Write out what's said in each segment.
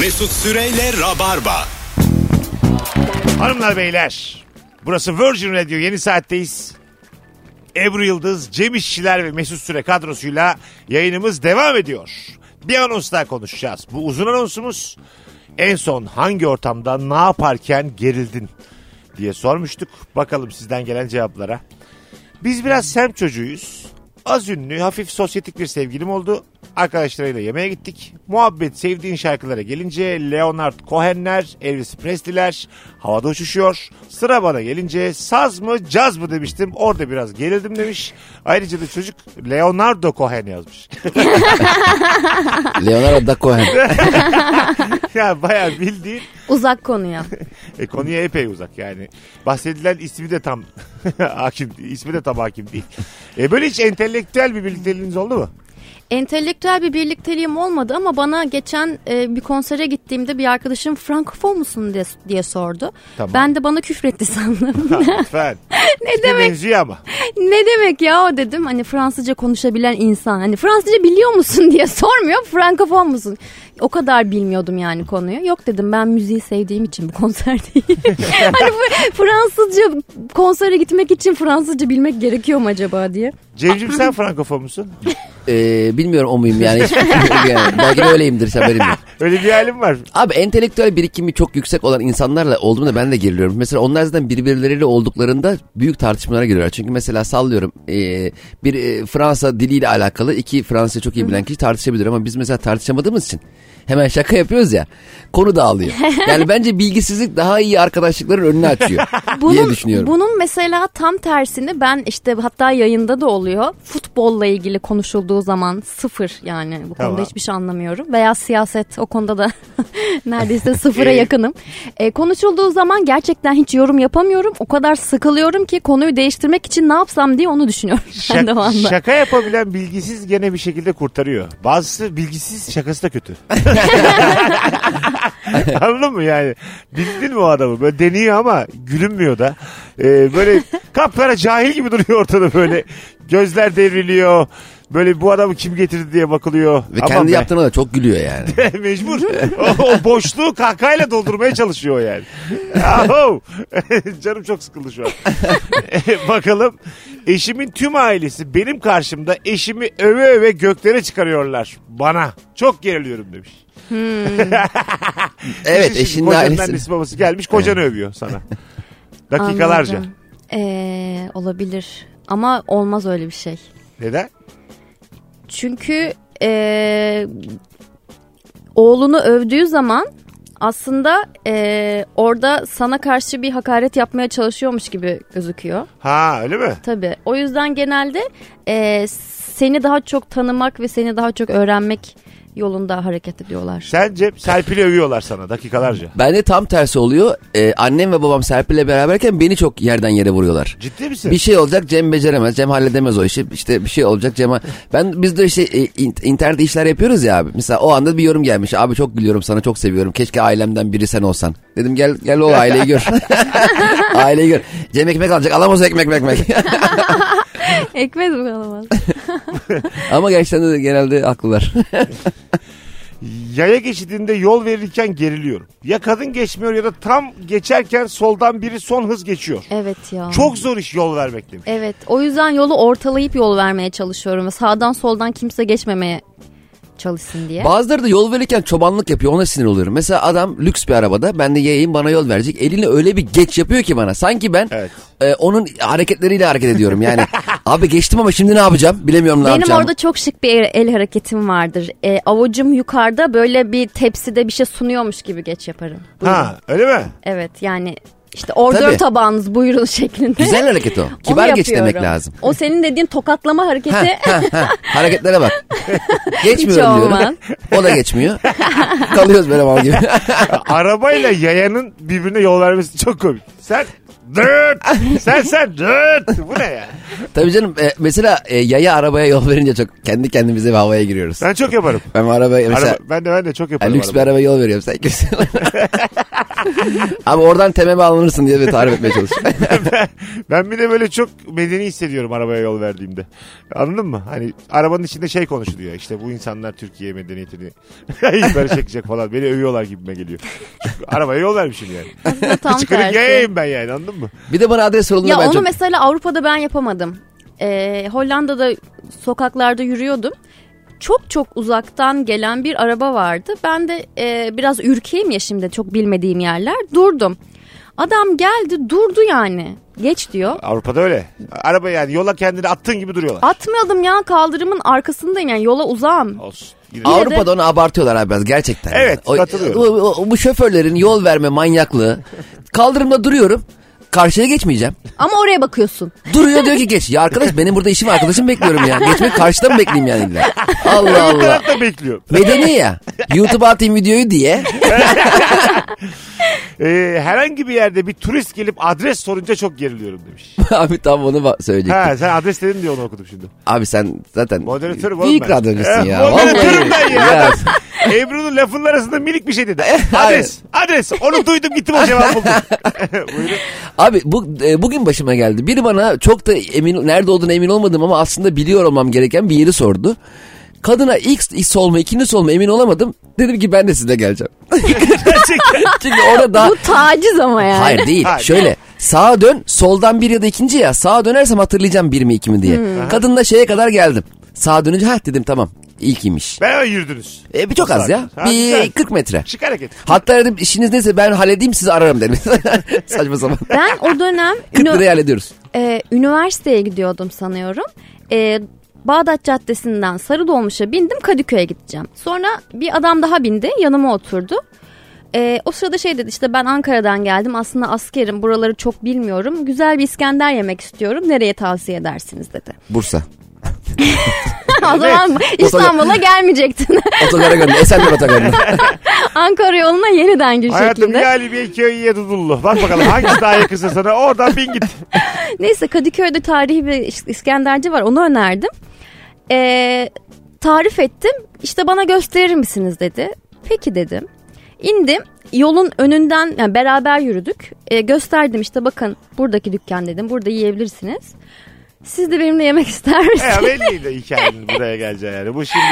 Mesut Süreyle Rabarba. Hanımlar beyler burası Virgin Radio yeni saatteyiz. Ebru Yıldız, Cem İşçiler ve Mesut Süre kadrosuyla yayınımız devam ediyor. Bir anons daha konuşacağız. Bu uzun anonsumuz en son hangi ortamda ne yaparken gerildin diye sormuştuk. Bakalım sizden gelen cevaplara. Biz biraz sem çocuğuyuz. Az ünlü, hafif sosyetik bir sevgilim oldu. Arkadaşlarıyla yemeğe gittik. Muhabbet sevdiğin şarkılara gelince Leonard Cohen'ler, Elvis Presley'ler havada uçuşuyor. Sıra bana gelince saz mı caz mı demiştim. Orada biraz gerildim demiş. Ayrıca da çocuk Leonardo Cohen yazmış. Leonardo da Cohen. ya bayağı bildiğin Uzak konuya. E, konuya epey uzak yani. Bahsedilen ismi de tam hakim, ismi de tam hakim değil. E, böyle hiç entelektüel bir birlikteliğiniz oldu mu? Entelektüel bir birlikteliğim olmadı ama bana geçen e, bir konsere gittiğimde bir arkadaşım Frankofon musun diye, diye sordu. Tamam. Ben de bana küfretti sandım. Ha, Lütfen. ne Bir demek benziyor ama. ne demek ya o dedim. Hani Fransızca konuşabilen insan. Hani Fransızca biliyor musun diye sormuyor. Frankofon musun? O kadar bilmiyordum yani konuyu. Yok dedim ben müziği sevdiğim için bu konser değil. hani Fr- Fransızca konsere gitmek için Fransızca bilmek gerekiyor mu acaba diye. Cemcim sen frankofon musun? Ee, bilmiyorum o muyum yani. Hiç fikrim yok yani. Belki de öyleyimdir hiç haberim yok. Öyle bir halim var. Abi entelektüel birikimi çok yüksek olan insanlarla olduğumda ben de geriliyorum. Mesela onlar zaten birbirleriyle olduklarında büyük tartışmalara giriyorlar. Çünkü mesela sallıyorum ee, bir ee, Fransa diliyle alakalı iki Fransa çok iyi bilen kişi tartışabilir ama biz mesela tartışamadığımız için hemen şaka yapıyoruz ya konu dağılıyor. Yani bence bilgisizlik daha iyi arkadaşlıkların önünü açıyor diye düşünüyorum. Bunun mesela tam tersini ben işte hatta yayında da oluyor. Futbolla ilgili konuşulduğu zaman sıfır yani bu konuda Tamam. hiçbir şey anlamıyorum. Veya siyaset o konuda da neredeyse sıfıra İyi. yakınım. E, konuşulduğu zaman gerçekten hiç yorum yapamıyorum. O kadar sıkılıyorum ki konuyu değiştirmek için ne yapsam diye onu düşünüyorum ben de o Şak- anda. şaka yapabilen bilgisiz gene bir şekilde kurtarıyor. Bazısı bilgisiz şakası da kötü. Anladın mı yani? Bildin mi o adamı? Böyle deniyor ama gülünmüyor da. Ee, böyle kapkara cahil gibi duruyor ortada böyle. Gözler devriliyor. Böyle bu adamı kim getirdi diye bakılıyor. Ve Aman kendi be. yaptığına da çok gülüyor yani. Mecbur. O, o boşluğu kahkayla doldurmaya çalışıyor yani. Aho. Canım çok sıkıldı şu an. Bakalım. Eşimin tüm ailesi benim karşımda eşimi öve öve göklere çıkarıyorlar. Bana. Çok geriliyorum demiş. Evet Düşün şimdi, eşinin kocanın ailesi. annesi babası gelmiş kocanı övüyor sana. Dakikalarca. Anladım. E, olabilir ama olmaz öyle bir şey. Neden? Çünkü eee, oğlunu övdüğü zaman aslında eee, orada sana karşı bir hakaret yapmaya çalışıyormuş gibi gözüküyor. Ha öyle mi? Tabii. O yüzden genelde eee, seni daha çok tanımak ve seni daha çok öğrenmek yolunda hareket ediyorlar. Sence Serpil'i övüyorlar sana dakikalarca. Ben de tam tersi oluyor. Ee, annem ve babam Serpil'le beraberken beni çok yerden yere vuruyorlar. Ciddi misin? Bir şey olacak Cem beceremez. Cem halledemez o işi. İşte bir şey olacak Cem. ha- Ben biz de işte e, in- internette işler yapıyoruz ya abi. Mesela o anda bir yorum gelmiş. Abi çok gülüyorum sana çok seviyorum. Keşke ailemden biri sen olsan. Dedim gel gel o aileyi gör. aileyi gör. Cem ekmek alacak. Alamaz o ekmek ekmek. Ekmez bu kalamaz. Ama gerçekten de genelde haklılar. Yaya geçidinde yol verirken geriliyorum. Ya kadın geçmiyor ya da tam geçerken soldan biri son hız geçiyor. Evet ya. Çok zor iş yol vermek demiş. Evet. O yüzden yolu ortalayıp yol vermeye çalışıyorum. Sağdan soldan kimse geçmemeye çalışsın diye. Bazıları da yol verirken çobanlık yapıyor ona sinir oluyorum. Mesela adam lüks bir arabada ben de yayayım bana yol verecek. Eliyle öyle bir geç yapıyor ki bana. Sanki ben Evet. e, onun hareketleriyle hareket ediyorum. Yani abi geçtim ama şimdi ne yapacağım bilemiyorum ne Benim yapacağım. orada çok şık bir el, el hareketim vardır. E, avucum yukarıda böyle bir tepside bir şey sunuyormuş gibi geç yaparım. Buyurun. Ha öyle mi? Evet yani işte ordör Tabii. tabağınız buyurun şeklinde. Güzel hareket o. Onu Kibar geç yapıyorum. demek lazım. O senin dediğin tokatlama hareketi Ha, ha, ha. Hareketlere bak. hiç Geçmiyorum olmaz. diyorum. O da geçmiyor. Kalıyoruz böyle mal gibi. Arabayla yayanın birbirine yol vermesi çok komik. Sen dırt. sen sen dırt. Bu ne ya? Tabii canım e, mesela e, yaya arabaya yol verince çok kendi kendimize bir havaya giriyoruz. Ben çok yaparım. Ben bu arabaya mesela Araba, ben de ben de çok Ya yaparım. lüks bir araba. araba yol veriyorum sen kimsin? Ama oradan tememe alınırsın diye bir tarif etmeye çalışıyorum. Ben bir de böyle çok medeni hissediyorum arabaya yol verdiğimde. Anladın mı? Hani arabanın içinde şey konuşuluyor. İşte bu insanlar Türkiye medeniyetini yukarı çekecek falan. Beni övüyorlar gibime geliyor. Çünkü arabaya yol vermişim yani. Aslında tam Çıkarıp tersi. yayayım ben yani anladın mı? bir de bana adres sorulduğunda Ya ben onu çok... mesela Avrupa'da ben yapamadım. Ee, Hollanda'da sokaklarda yürüyordum. Çok çok uzaktan gelen bir araba vardı. Ben de e, biraz ürkeyim ya şimdi çok bilmediğim yerler. Durdum. Adam geldi durdu yani. Geç diyor. Avrupa'da öyle. Araba yani yola kendini attığın gibi duruyorlar. Atmayalım ya kaldırımın arkasındayım yani yola uzağım. Olsun. Yine- Yine de- Avrupa'da onu abartıyorlar abi biraz gerçekten. Evet, O- katılıyorum. o- o- bu şoförlerin yol verme manyaklığı. Kaldırımda duruyorum. Karşıya geçmeyeceğim. Ama oraya bakıyorsun. Duruyor diyor ki geç. Ya arkadaş benim burada işim var, arkadaşım bekliyorum ya. Geçmek karşıda mı bekleyeyim yani illa? Allah Bir Allah. tarafta bekliyor. Medeni ya. YouTube'a atayım videoyu diye. Ee, herhangi bir yerde bir turist gelip adres sorunca çok geriliyorum demiş. abi tam onu ba- söyleyecektim. ha sen adres dedin diye onu okudum şimdi. Abi sen zaten Moderatörüm oğlum büyük ben. radyocusun Ee, ya. moderatörüm Vallahi. ben ya. Ebru'nun lafının arasında minik bir şey dedi. Eh, Adres, adres. Onu duydum gittim o cevabı buldum. Buyurun. Abi bu e, bugün başıma geldi. Biri bana çok da emin nerede olduğunu emin olmadım ama aslında biliyor olmam gereken bir yeri sordu. Kadına X, X sol mu ikinci sol mu emin olamadım. Dedim ki ben de size geleceğim. Gerçekten. Çünkü orada daha... Bu taciz ama yani. Hayır değil. Hayır. Şöyle sağa dön soldan bir ya da ikinci ya. Sağa dönersem hatırlayacağım bir mi iki mi diye. Hmm. Kadınla şeye kadar geldim. Sağa dönünce ha dedim tamam ilkiymiş. Beraber yürüdünüz. E, bir çok az ya. Ha, güzel. Bir 40 metre. Şık hareket. Hatta dedim işiniz neyse ben halledeyim sizi ararım dedim. Saçma sapan. Ben o dönem 40 ünü- liraya hallediyoruz. e, üniversiteye gidiyordum sanıyorum. E, Bağdat Caddesi'nden Sarı Dolmuş'a bindim Kadıköy'e gideceğim. Sonra bir adam daha bindi yanıma oturdu. E, o sırada şey dedi işte ben Ankara'dan geldim aslında askerim buraları çok bilmiyorum. Güzel bir İskender yemek istiyorum nereye tavsiye edersiniz dedi. Bursa. o zaman İstanbul'a gelmeyecektin. Otogara gönder. Esenler otogarına. Ankara yoluna yeniden gir Hayatım şeklinde. ya bir köy ya Dudullu. Bak bakalım hangisi daha yakınsa sana oradan bin git. Neyse Kadıköy'de tarihi bir İs- İskenderci var onu önerdim. Ee, tarif ettim işte bana gösterir misiniz dedi. Peki dedim. İndim yolun önünden yani beraber yürüdük. Ee, gösterdim işte bakın buradaki dükkan dedim burada yiyebilirsiniz. Siz de benimle yemek ister E, misiniz? belliydi hikayenin buraya geleceği yani. Bu şimdi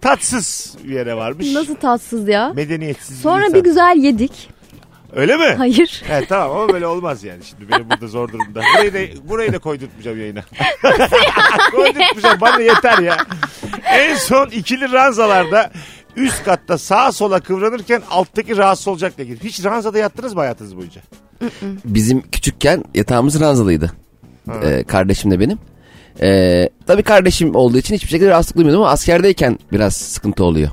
tatsız bir yere varmış. Nasıl tatsız ya. Medeniyetsiz Sonra insan. bir güzel yedik. Öyle mi? Hayır. Evet tamam ama böyle olmaz yani. Şimdi beni burada zor durumda. Burayı da, burayı da koydurtmayacağım yayına. koydurtmayacağım bana yeter ya. En son ikili ranzalarda üst katta sağa sola kıvranırken alttaki rahatsız olacak diye gidip. Hiç ranzada yattınız mı hayatınız boyunca? Bizim küçükken yatağımız ranzalıydı. Ee, kardeşimle benim. Ee, tabii kardeşim olduğu için hiçbir şekilde rahatsızlık duymuyordum ama askerdeyken biraz sıkıntı oluyor.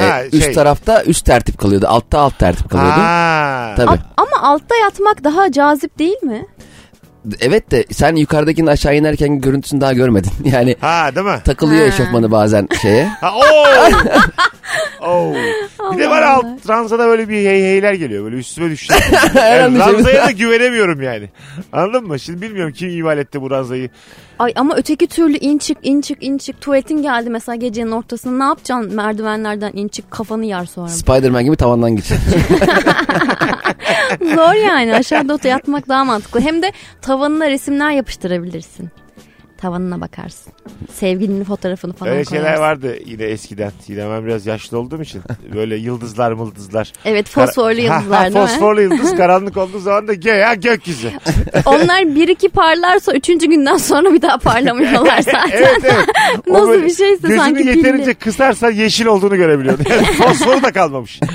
Ee, Ha, şey. Üst tarafta üst tertip kalıyordu. Altta alt tertip kalıyordu. Ha. Tabii. A- ama altta yatmak daha cazip değil mi? Evet de sen yukarıdakinin aşağı inerken görüntüsünü daha görmedin. Yani Ha değil mi? takılıyor Ha. eşofmanı bazen şeye. Ha, oo. Oo. Bir de var alt ranzada böyle bir hey heyler geliyor. Böyle üstüme düşüyor. yani Herhalde şey- ranzaya da güvenemiyorum yani. Anladın mı? Şimdi bilmiyorum kim imal etti bu ranzayı. Ay ama öteki türlü in çık in çık in çık tuvaletin geldi mesela gecenin ortasında ne yapacaksın merdivenlerden in çık kafanı yer sonra. Spiderman gibi tavandan geçiyor. Zor yani aşağıda otur yatmak daha mantıklı. Hem de tavanına resimler yapıştırabilirsin. Tavanına bakarsın. Sevgilinin fotoğrafını falan Öyle şeyler koyarsın. vardı yine eskiden. Yine ben biraz yaşlı olduğum için. Böyle yıldızlar mıldızlar. Evet fosforlu Ha, ha, yıldızlar değil mi? Fosforlu yıldız karanlık olduğu zaman da göya gökyüzü. Onlar bir iki parlarsa üçüncü günden sonra bir daha parlamıyorlar zaten. Evet evet. O Nasıl böyle bir şeyse gözünü sanki yeterince pilli. kısarsa yeşil olduğunu görebiliyordun. Yani fosforu da kalmamış.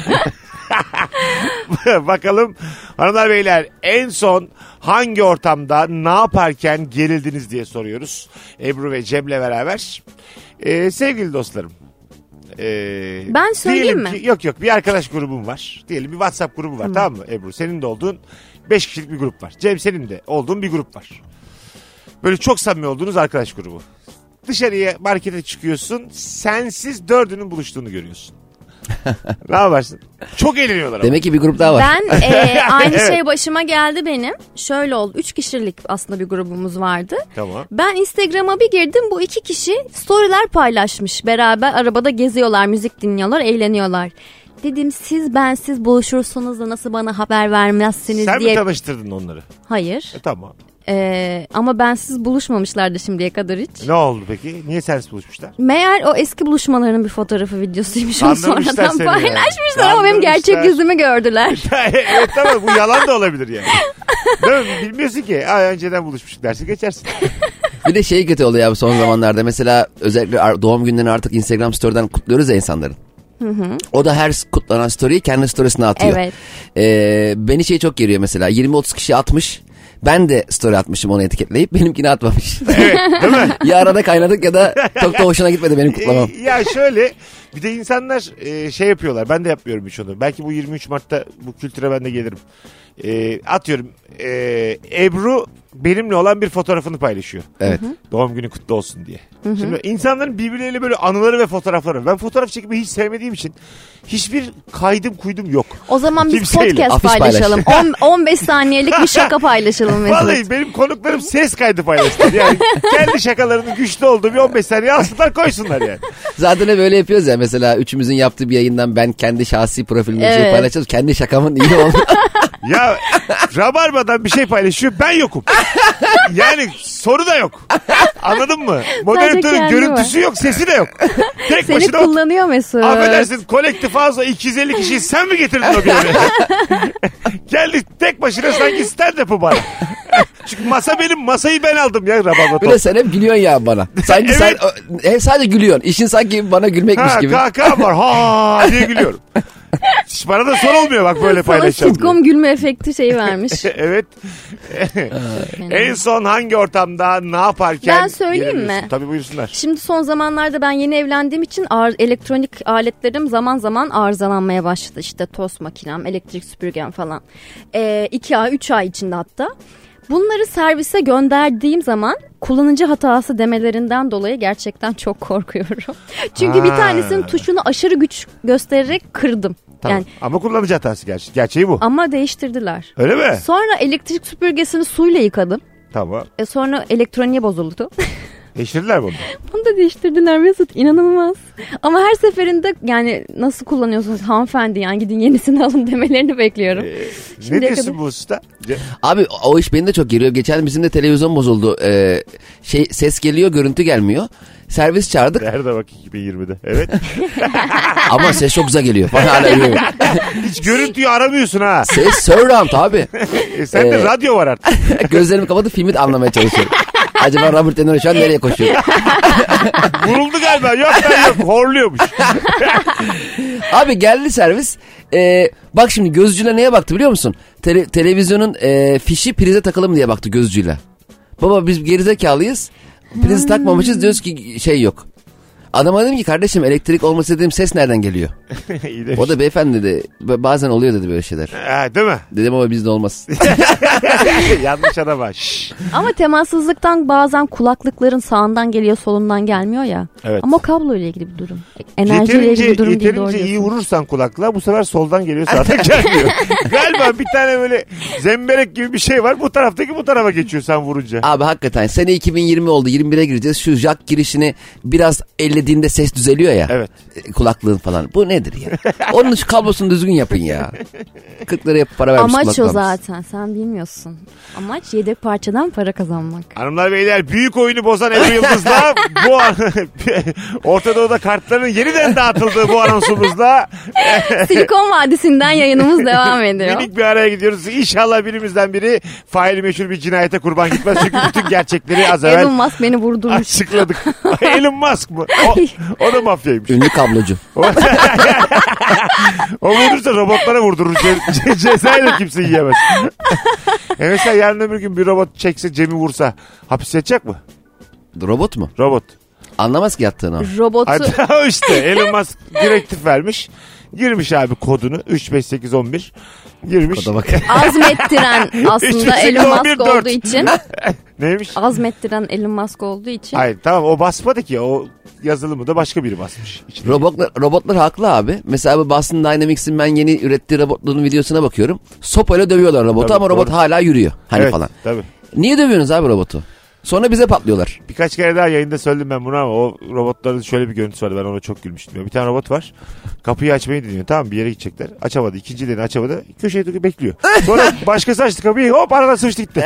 Bakalım hanımlar beyler en son hangi ortamda ne yaparken gerildiniz diye soruyoruz. Ebru ve Cem'le beraber. Ee, sevgili dostlarım. ee, Ben söyleyeyim diyelim mi? ki- yok yok bir arkadaş grubum var. Diyelim bir WhatsApp grubu var tamam mı Ebru? Senin de olduğun 5 kişilik bir grup var. Cem senin de olduğun bir grup var. Böyle çok samimi olduğunuz arkadaş grubu. Dışarıya markete çıkıyorsun. Sensiz dördünün buluştuğunu görüyorsun. ne yaparsın? Çok eğleniyorlar ama. Demek ki bir grup daha var. Ben e, aynı Evet. şey başıma geldi benim. Şöyle oldu. Üç kişilik aslında bir grubumuz vardı. Tamam. Ben Instagram'a bir girdim bu iki kişi storyler paylaşmış. Beraber arabada geziyorlar, müzik dinliyorlar, eğleniyorlar. Dedim siz bensiz buluşursunuz da nasıl bana haber vermezsiniz Sen mi diye. tanıştırdın onları? Hayır. E, tamam. Ee, ama bensiz buluşmamışlardı şimdiye kadar hiç. Ne oldu peki? Niye sensiz buluşmuşlar? Meğer o eski buluşmalarının bir fotoğrafı videosuymuş onu Kandırmışlar sonradan seni. paylaşmışlar ama benim gerçek Kandırmışlar. yüzümü gördüler. evet e, tamam bu yalan da olabilir yani. Değil mi? Bilmiyorsun ki. Aa, önceden buluşmuştuk dersin geçersin. Bir de şey kötü oluyor abi son zamanlarda. Mesela özellikle ar- doğum günlerini artık Instagram story'den kutluyoruz ya insanların. O da her s- kutlanan story'i kendi storiesine atıyor. Evet. Ee, beni şey çok geriyor mesela. 20-30 kişi atmış. Ben de story atmışım onu etiketleyip benimkini atmamış. Evet değil mi? ya arada kaynadık ya da çok da hoşuna gitmedi benim kutlamam. E, ya şöyle bir de insanlar e, şey yapıyorlar. Ben de yapmıyorum hiç onu. Belki bu 23 Mart'ta bu kültüre ben de gelirim. E, atıyorum e, Ebru benimle olan bir fotoğrafını paylaşıyor. Evet. Doğum günü kutlu olsun diye. Şimdi insanların birbirleriyle böyle anıları ve fotoğrafları. var. Ben fotoğraf çekmeyi hiç sevmediğim için hiçbir kaydım kuydum yok. O zaman biz Kimseyle. podcast Afiş paylaşalım. On- 15 saniyelik bir şaka paylaşalım mesela. Vallahi benim konuklarım ses kaydı paylaştı. Yani kendi şakalarının güçlü olduğu bir 15 saniye alsınlar koysunlar yani. Zaten hep öyle yapıyoruz ya mesela üçümüzün yaptığı bir yayından ben kendi şahsi profilimde bir şey Evet. paylaşacağız. Kendi şakamın iyi oldu. Ya Rabarba'dan bir şey paylaşıyor ben yokum. Yani soru da yok. Anladın mı? Moderatörün kendi görüntüsü yok sesi de yok. Tek Seni başına otur- kullanıyor Mesut. Affedersin kolektif fazla 250 kişiyi sen mi getirdin o göreve? Geldi tek başına sanki stand-up'ı bana. Çünkü masa benim masayı ben aldım ya Rabarba Böyle sen hep gülüyorsun ya bana. Sanki sen Evet. ö- hep sadece gülüyorsun. İşin sanki bana gülmekmiş Ha gibi. kahkaha var ha diye gülüyorum. Hiç bana da son olmuyor bak böyle Sana paylaşalım. diye. sitcom gülme efekti şeyi vermiş. evet. en son hangi ortamda ne yaparken? Ben söyleyeyim mi? yeniliyorsun? Tabii buyursunlar. Şimdi son zamanlarda ben yeni evlendiğim için ağır, elektronik aletlerim zaman zaman arızalanmaya başladı. İşte toz makinem, elektrik süpürgem falan. Ee, iki ay, üç ay içinde hatta. Bunları servise gönderdiğim zaman kullanıcı hatası demelerinden dolayı gerçekten çok korkuyorum. Çünkü bir Ha. tanesinin tuşunu aşırı güç göstererek kırdım. Tamam. Yani Ama kullanıcı hatası gerçi. Gerçeği bu. ama değiştirdiler. Öyle mi? Sonra elektrik süpürgesini suyla yıkadım. Tamam. E sonra elektroniğe bozuldu. Değiştirdiler bunu. Bunu da değiştirdiler Mesut inanılmaz. Ama her seferinde yani nasıl kullanıyorsunuz hanımefendi yani gidin yenisini alın demelerini bekliyorum. Ee, ne Şimdiye diyorsun kadar- bu usta? Ce- Abi o- o iş beni de çok geriyor. Geçen bizim de televizyon bozuldu. Ee, şey ses geliyor görüntü gelmiyor. Servis çağırdık Nerede bak 2020'de? Evet. ama ses çok güzel geliyor. Bana hala geliyor. Hiç görüntüyü aramıyorsun ha. Ses surround abi. E, sende Ee, radyo var artık. Gözlerimi kapatıp filmi de anlamaya çalışıyorum. Acaba Robert De Niro şu an nereye koşuyor? Vuruldu galiba. Yok ben yok. Horluyormuş. Abi geldi servis. Ee, bak şimdi gözcüyle neye baktı biliyor musun? Tele- televizyonun e, fişi prize takılı mı diye baktı gözcüyle. Baba biz gerizekalıyız. Priz takmamışız diyoruz ki şey yok. Adama dedim ki kardeşim elektrik olmasa dedim ses nereden geliyor? İyi demiş. O da beyefendi dedi "ba- bazen oluyor dedi böyle şeyler. Ha, değil mi? Dedim ama bizde olmaz. Yanlış adama. Şşş. Ama temassızlıktan bazen kulaklıkların sağından geliyor solundan gelmiyor ya. Evet. Ama o kablo ile ilgili bir durum. E, Enerjiyle Yeterince, ilgili bir durum değil doğru. yeterince iyi diyorsun. vurursan kulakla bu sefer soldan geliyor sağdan gelmiyor. Galiba bir tane böyle zemberek gibi bir şey var. Bu taraftaki bu tarafa geçiyor sen vurunca. Abi hakikaten sene 2020 oldu 21'e gireceğiz. Şu jack girişini biraz ellediğinde ses düzeliyor ya. Evet. E, Kulaklığın falan. Bu nedir ya? Onun şu kablosunu düzgün yapın ya. 40 liraya para vermiş Amaç o kulaklarımız. zaten sen bilmiyorsun. Amaç yedek parçadan para kazanmak. Hanımlar beyler büyük oyunu bozan Ebru Yıldız'la bu an Orta Doğu'da kartların yeniden dağıtıldığı bu anonsumuzla Silikon Vadisi'nden yayınımız devam ediyor. minik bir araya gidiyoruz. İnşallah birimizden biri faili meşhur bir cinayete kurban gitmez. Çünkü bütün gerçekleri az evvel Elon Musk beni vurdurmuş. açıkladık. Elon Musk mı? O, o da mafyaymış. Ünlü kablocu. O vurursa robotlara vurdurur. Ce- ce- cezayla kimse yiyemez. e mesela yarın öbür gün bir robot çekse Cem'i vursa hapis yatacak mı? Robot mu? Robot. Anlamaz ki yattığını. o. Robotu Hatta işte Elon Musk direktif vermiş. Girmiş abi kodunu 35811. Girmiş. Koda bak. azmettiren aslında Üçüncü Elon şey bir Musk dört. olduğu için Neymiş? azmettiren Elon Musk olduğu için Hayır tamam o basmadı ki o yazılımı da başka biri basmış. İçinde. Robotlar, robotlar haklı abi. Mesela bu Boston Dynamics'in ben yeni ürettiği robotların videosuna bakıyorum. Sopayla dövüyorlar robotu Tabii, ama robot doğru. hala yürüyor. Hani Evet, falan. Tabii. Niye dövüyorsunuz abi robotu? Sonra bize patlıyorlar. Birkaç kere daha yayında söyledim ben bunu ama o robotların şöyle bir görüntüsü vardı. Ben ona çok gülmüştüm. ya. Bir tane robot var. Kapıyı açmayı deniyor. Tamam bir yere gidecekler. Açamadı. İkinci deni açamadı. Köşeye döküp bekliyor. Sonra başkası açtı kapıyı. Hop aradan sıçtı gitti.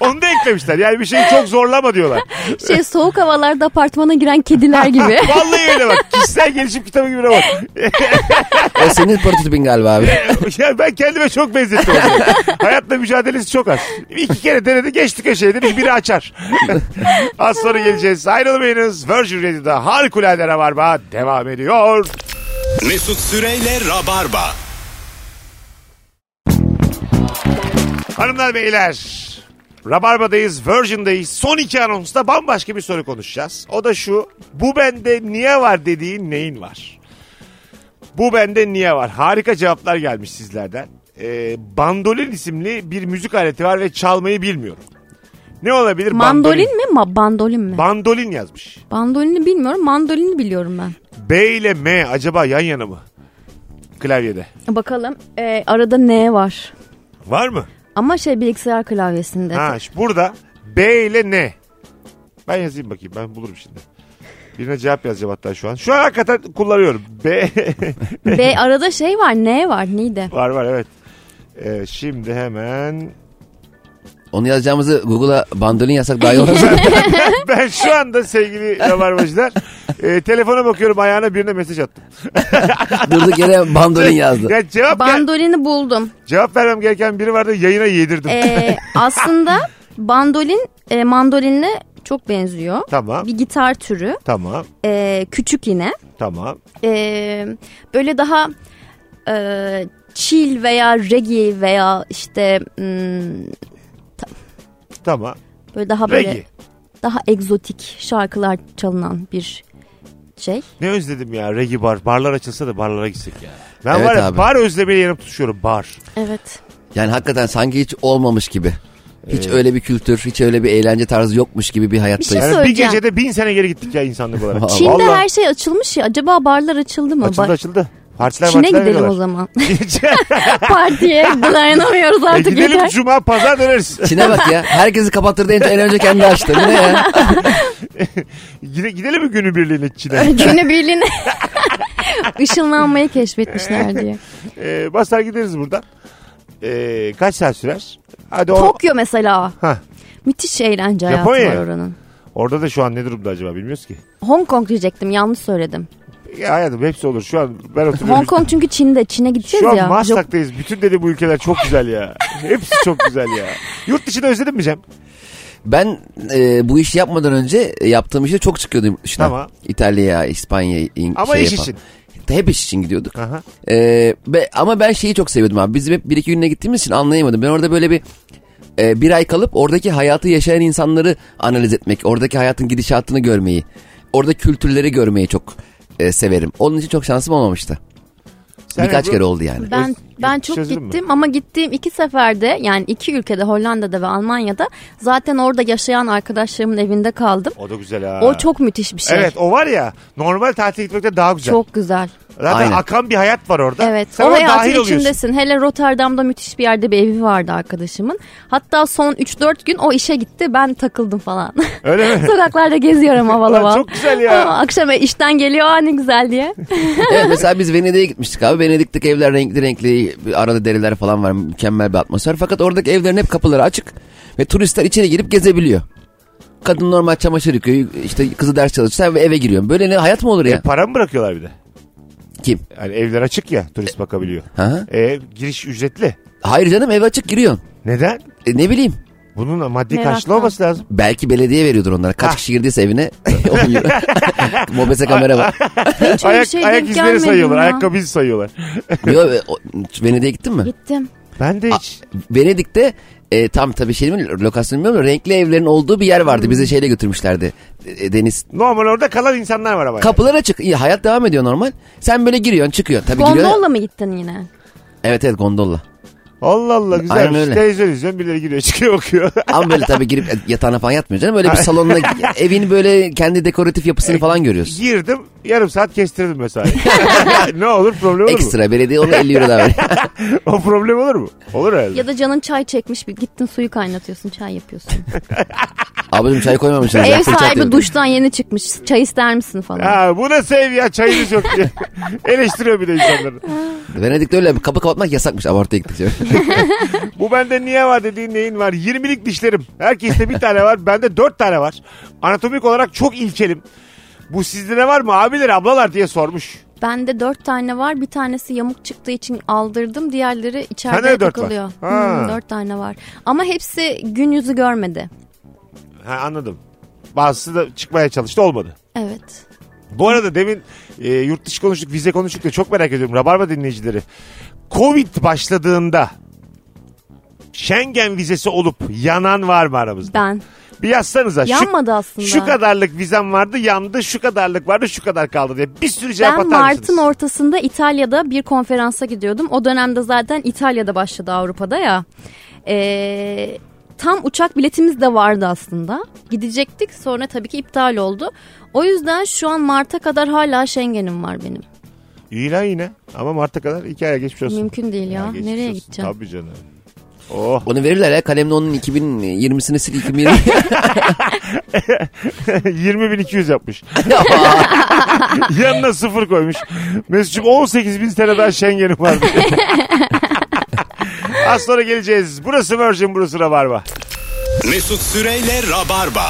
Onu da eklemişler. Yani bir şeyi çok zorlama diyorlar. Şey soğuk havalarda apartmana giren kediler gibi. Vallahi öyle bak. Kişisel gelişim kitabı gibi robot. O senin prototipin galiba abi. ya ben kendime çok benzettim. onu. Hayatla mücadelesi çok az. İki kere denedi geçti köşeye demiş biri açar. az sonra geleceğiz. Ayrılmayınız. Virgin Radio'da harikulade rabarba devam ediyor. Mesut Süreyle Rabarba. Hanımlar beyler. Rabarba'dayız, Virgin'dayız. Son iki anonsta bambaşka bir soru konuşacağız. O da şu. Bu bende niye var dediğin neyin var? Bu bende niye var? Harika cevaplar gelmiş sizlerden. Ee, bandolin isimli bir müzik aleti var ve çalmayı bilmiyorum. Ne olabilir? Mandolin mi? Ma bandolin mi? Bandolin yazmış. Bandolini bilmiyorum. Mandolini biliyorum ben. B ile M acaba yan yana mı? Klavyede. Bakalım e, arada ne var? Var mı? Ama şey bilgisayar klavyesinde. Ha, şu- burada B ile N. Ben yazayım bakayım ben bulurum şimdi. Birine cevap yazacağım hatta şu an. Şu an hakikaten kullanıyorum. B Ve arada şey var ne var neydi? var var evet. Ee, şimdi hemen Onu yazacağımızı Google'a bandolin yazsak daha iyi olur. ben şu anda sevgili rabarbacılar e, telefona bakıyorum ayağına birine mesaj attım. Durduk yere bandolin yazdı. Ya cevap ver- Bandolini buldum. cevap vermem gereken biri vardı yayına yedirdim. E, aslında bandolin e, mandolinle çok benziyor. Tamam. Bir gitar türü. Tamam. E, küçük yine. Tamam. e, böyle daha e, chill veya reggae veya işte mm, Tamam. böyle daha böyle Regi. daha egzotik şarkılar çalınan bir şey. Ne özledim ya regi bar. Barlar açılsa da barlara gitsek ya. Ben Evet var ya abi. bar özlemeye yanıp tutuşuyorum bar. Evet. Yani hakikaten sanki hiç olmamış gibi. Hiç öyle bir kültür, hiç öyle bir eğlence tarzı yokmuş gibi bir hayattayız. Bir Yani bir söyleyeceğim. gecede bin sene geri gittik ya insanlık olarak. Vallahi. Çin'de her şey açılmış ya. Acaba barlar açıldı mı? Açıldı Ba- açıldı. Partiler Çin'e partiler gidelim o veriyorlar. zaman. Gideceğiz. Partiye dayanamıyoruz E, artık gidelim yeter. cuma pazar döneriz. Çin'e bak ya. Herkesi kapattırdı en, en önce kendi açtı. Bu ne ya? Gide, gidelim mi günübirliğine Çin'e? Günü birliğine ışınlanmayı keşfetmişler diye. e, basar gideriz buradan. E, kaç saat sürer? Hadi o- Tokyo mesela. Hah. Müthiş eğlence hayatı Japonya. var oranın. Orada da şu an ne durumda acaba bilmiyoruz ki. Hong Kong diyecektim yanlış söyledim. Ya hayatım hepsi olur şu an ben oturuyorum. Hong Kong çünkü Çin'de. Çin'e gideceğiz Şu an ya. Jap- Maslak'tayız. Bütün dedi bu ülkeler çok güzel ya. Hepsi çok güzel ya. Yurt dışını özledin mi Cem? Ben e, bu işi yapmadan önce e, yaptığım işte çok çıkıyordum dışına. Tamam. İtalya, İspanya, İng- Ama şey iş yapan. için. Hep iş için gidiyorduk. Aha. Ee, be- ama ben şeyi çok seviyordum abi. Biz hep bir iki gününe gittiğimiz için anlayamadım. Ben orada böyle bir e, bir ay kalıp oradaki hayatı yaşayan insanları analiz etmek. Oradaki hayatın gidişatını görmeyi. Orada kültürleri görmeyi çok e, severim. Onun için çok şansım olmamıştı. Sen Birkaç Ebru- kere oldu yani. Ben ben Yurt dışı çok özledin mi? gittim ama gittiğim iki seferde yani iki ülkede Hollanda'da ve Almanya'da zaten orada yaşayan arkadaşlarımın evinde kaldım. O da güzel ha. O çok müthiş bir şey. Evet o var ya normal tatile gitmekte daha güzel. Çok güzel. Zaten Aynen. akan bir hayat var orada. Evet. Sen o ona hayatın dahil oluyorsun. içindesin. Hele Rotterdam'da müthiş bir yerde bir evi vardı arkadaşımın. Hatta son 3-4 gün o işe gitti. Ben takıldım falan. Öyle mi? Sokaklarda geziyorum havalı Ulan havalı. çok güzel ya. Aa, Akşam e, işten geliyor "Aa, ne güzel diye. evet, mesela biz Venedik'e gitmiştik abi. Venedik'teki evler renkli renkli. Arada deriler falan var. Mükemmel bir atmosfer. Fakat oradaki evlerin hep kapıları açık. Ve turistler içeri girip gezebiliyor. Kadın normal çamaşır yıkıyor. işte kızı ders çalışıyor ve eve giriyor. Böyle ne hayat mı olur E, ya? para mı bırakıyorlar bir de? Kim? Yani evler açık ya turist bakabiliyor. Ha? E, giriş ücretli. Hayır canım eve açık giriyor. Neden? E, ne bileyim. Bunun maddi Meraktan. karşılığı olması lazım. Belki belediye veriyordur onlara. Kaç Ha. kişi girdiyse evine. on euro. Mobese kamera var. Hiç öyle ayak şey ayak denk izleri gelmedim sayıyorlar. ya. Ayakkabı izi sayıyorlar. Yo, e, o- Venedik'e gittin mi? Gittim. Ben de hiç. Venedik'te e, tam tabii şey mi lokasyon bilmiyorum da renkli evlerin olduğu bir yer vardı. Hmm. Bizi şeyle götürmüşlerdi. E, deniz. Normal orada kalan insanlar var ama. yani. Kapılar açık. İyi, hayat devam ediyor normal. Sen böyle giriyorsun çıkıyorsun. Tabii giriyor. Gondolla mı gittin yine? Evet evet gondolla. Allah Allah Aynen güzel. öyle. Televizyon izliyorum birileri giriyor çıkıyor bakıyor. Ama böyle tabii girip e, yatağına falan yatmıyor canım. Böyle bir salonuna evin böyle kendi dekoratif E, yapısını falan görüyorsun. Girdim yarım saat kestirdim mesela. ne olur problem olur mu? Ekstra belediye ona 50 euro daha veriyor. O problem olur mu? Olur herhalde. Ya da canın çay çekmiş bir gittin suyu kaynatıyorsun çay yapıyorsun. Ablacığım çay koymamışsınız. Ev ya, fırça atıyordum. sahibi duştan yeni çıkmış çay ister misin falan. Ha, bu nasıl ev ya çayınız yok diye. Eleştiriyor bir de insanları. Venedik'te öyle kapı kapatmak yasakmış abartıya gittikçe. Bu bende niye var dediğin neyin var? 20'lik dişlerim. Herkeste bir tane var. Bende 4 tane var. Anatomik olarak çok ilkelim. Bu sizde ne var mı abiler ablalar diye sormuş. Bende dört tane var bir tanesi yamuk çıktığı için aldırdım diğerleri Sende de içeride dört takılıyor. var. Ha. Hmm, dört tane var ama hepsi gün yüzü görmedi. Ha, anladım. Bazısı da çıkmaya çalıştı olmadı. Evet. Bu arada demin e, yurt dışı konuştuk, vize konuştuk da çok merak ediyorum. Rabarba dinleyicileri. Covid başladığında Schengen vizesi olup yanan var mı aramızda? Ben. Bir yazsanıza. Şu- Yanmadı aslında. Şu kadarlık vizem vardı yandı, şu kadarlık vardı, şu kadar kaldı diye. Bir sürü cevap Ben atar Mart'ın mısınız? ortasında İtalya'da bir konferansa gidiyordum. O dönemde zaten İtalya'da başladı Avrupa'da ya. Ee, tam uçak biletimiz de vardı aslında. Gidecektik sonra tabii ki iptal oldu. O yüzden şu an Mart'a kadar hala Schengen'im var benim. İyi lan yine. Ama Mart'a kadar iki aya geçmiş olsun. Mümkün değil ya. Ya geçmiş Nereye olsun. gideceğim? Tabii canım. Oh Onu verirler ya kalemle onun 2020'sini sil 2020. 20.200 yapmış. Yanına sıfır koymuş. Mesut'cum 18.000 TL daha Schengen'im var. diyor. Az sonra geleceğiz. Burası Virgin, burası Rabarba. Mesut Süreyle Rabarba.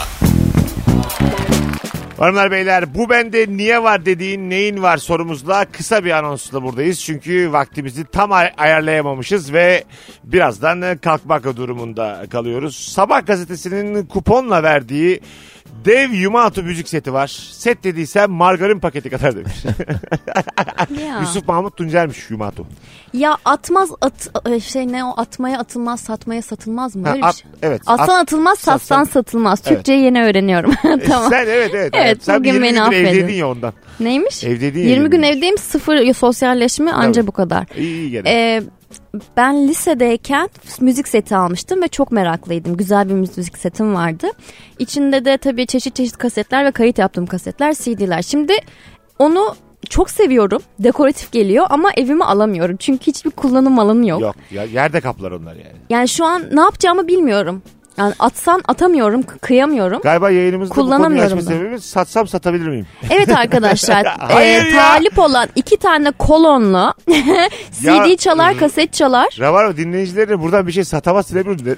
Hanımlar beyler bu bende niye var dediğin neyin var sorumuzla kısa bir anonsla buradayız. Çünkü vaktimizi tam ay- ayarlayamamışız ve birazdan e, kalkmak durumunda kalıyoruz. Sabah gazetesinin kuponla verdiği dev Yumatu müzik seti var. Set dediysem margarin paketi kadar demiş. Ya. Yusuf Mahmut Tuncer'miş Yumatu. Ya atmaz at e, şey ne o atmaya atılmaz satmaya satılmaz mı? Ha, Böyle bir at- şey. evet, Atsan at- atılmaz satsan satsan- E, satılmaz. Türkçeyi yeni öğreniyorum. tamam. Sen evet evet. Evet, Sen bugün 20 beni gün affedin. evdeydin ya ondan. Neymiş? Evde değil 20 gün yani. evdeyim sıfır sosyalleşme anca Tabii. bu kadar. İyi iyi gene. Ee, ben lisedeyken müzik seti almıştım ve çok meraklıydım. Güzel bir müzik setim vardı. İçinde de tabii çeşit çeşit kasetler ve kayıt yaptığım kasetler, CD'ler. Şimdi onu çok seviyorum. Dekoratif geliyor ama evime alamıyorum. Çünkü hiçbir kullanım alanı yok. Yok ya, yerde kaplar onlar yani. Yani şu an ne yapacağımı bilmiyorum. Yani atsan atamıyorum, k- kıyamıyorum. Galiba yayınımızda bu konuyu Kullanamıyorum açma da. sebebimiz satsam satabilir miyim? Evet arkadaşlar Hayır e, ya. talip olan iki tane kolonlu Ya, hmm. CD çalar, kaset çalar Rabarba dinleyicilerine buradan bir şey satamaz silemiyorum der.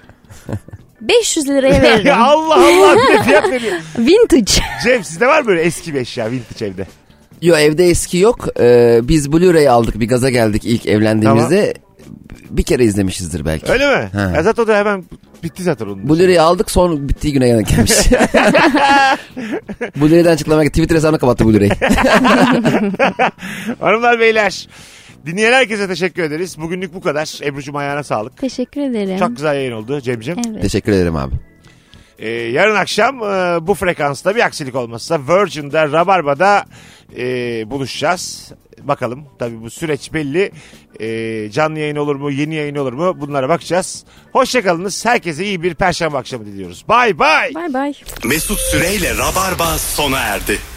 500 liraya veririm. Allah Allah bir de fiyat veriyor. Vintage. Cem sizde var mı böyle eski bir eşya vintage evde? Yo evde eski yok. Ee, biz Blu-ray aldık bir gaza geldik ilk evlendiğimizde. Bir kere izlemişizdir belki. Öyle mi? Ha. Ya zaten o da hemen bitti zaten onun. Blu-ray'i aldık son bittiği güne yanık gelmiş. Blu-ray'den açıklamak Twitter hesabını kapattı Blu-ray. Hanımlar beyler dinleyen herkese teşekkür ederiz. Bugünlük bu kadar. Ebru'cum ayağına sağlık. Teşekkür ederim. Çok güzel yayın oldu Cem'cim. Evet. Teşekkür ederim abi. Ee, yarın akşam e, bu frekansta bir aksilik olmazsa Virgin'de Rabarba'da e, buluşacağız. Bakalım tabii bu süreç belli. E, canlı yayın olur mu yeni yayın olur mu bunlara bakacağız. Hoşçakalınız herkese iyi bir perşembe akşamı diliyoruz. Bay bay. Bay bay. Mesut Süreyle Rabarba sona erdi.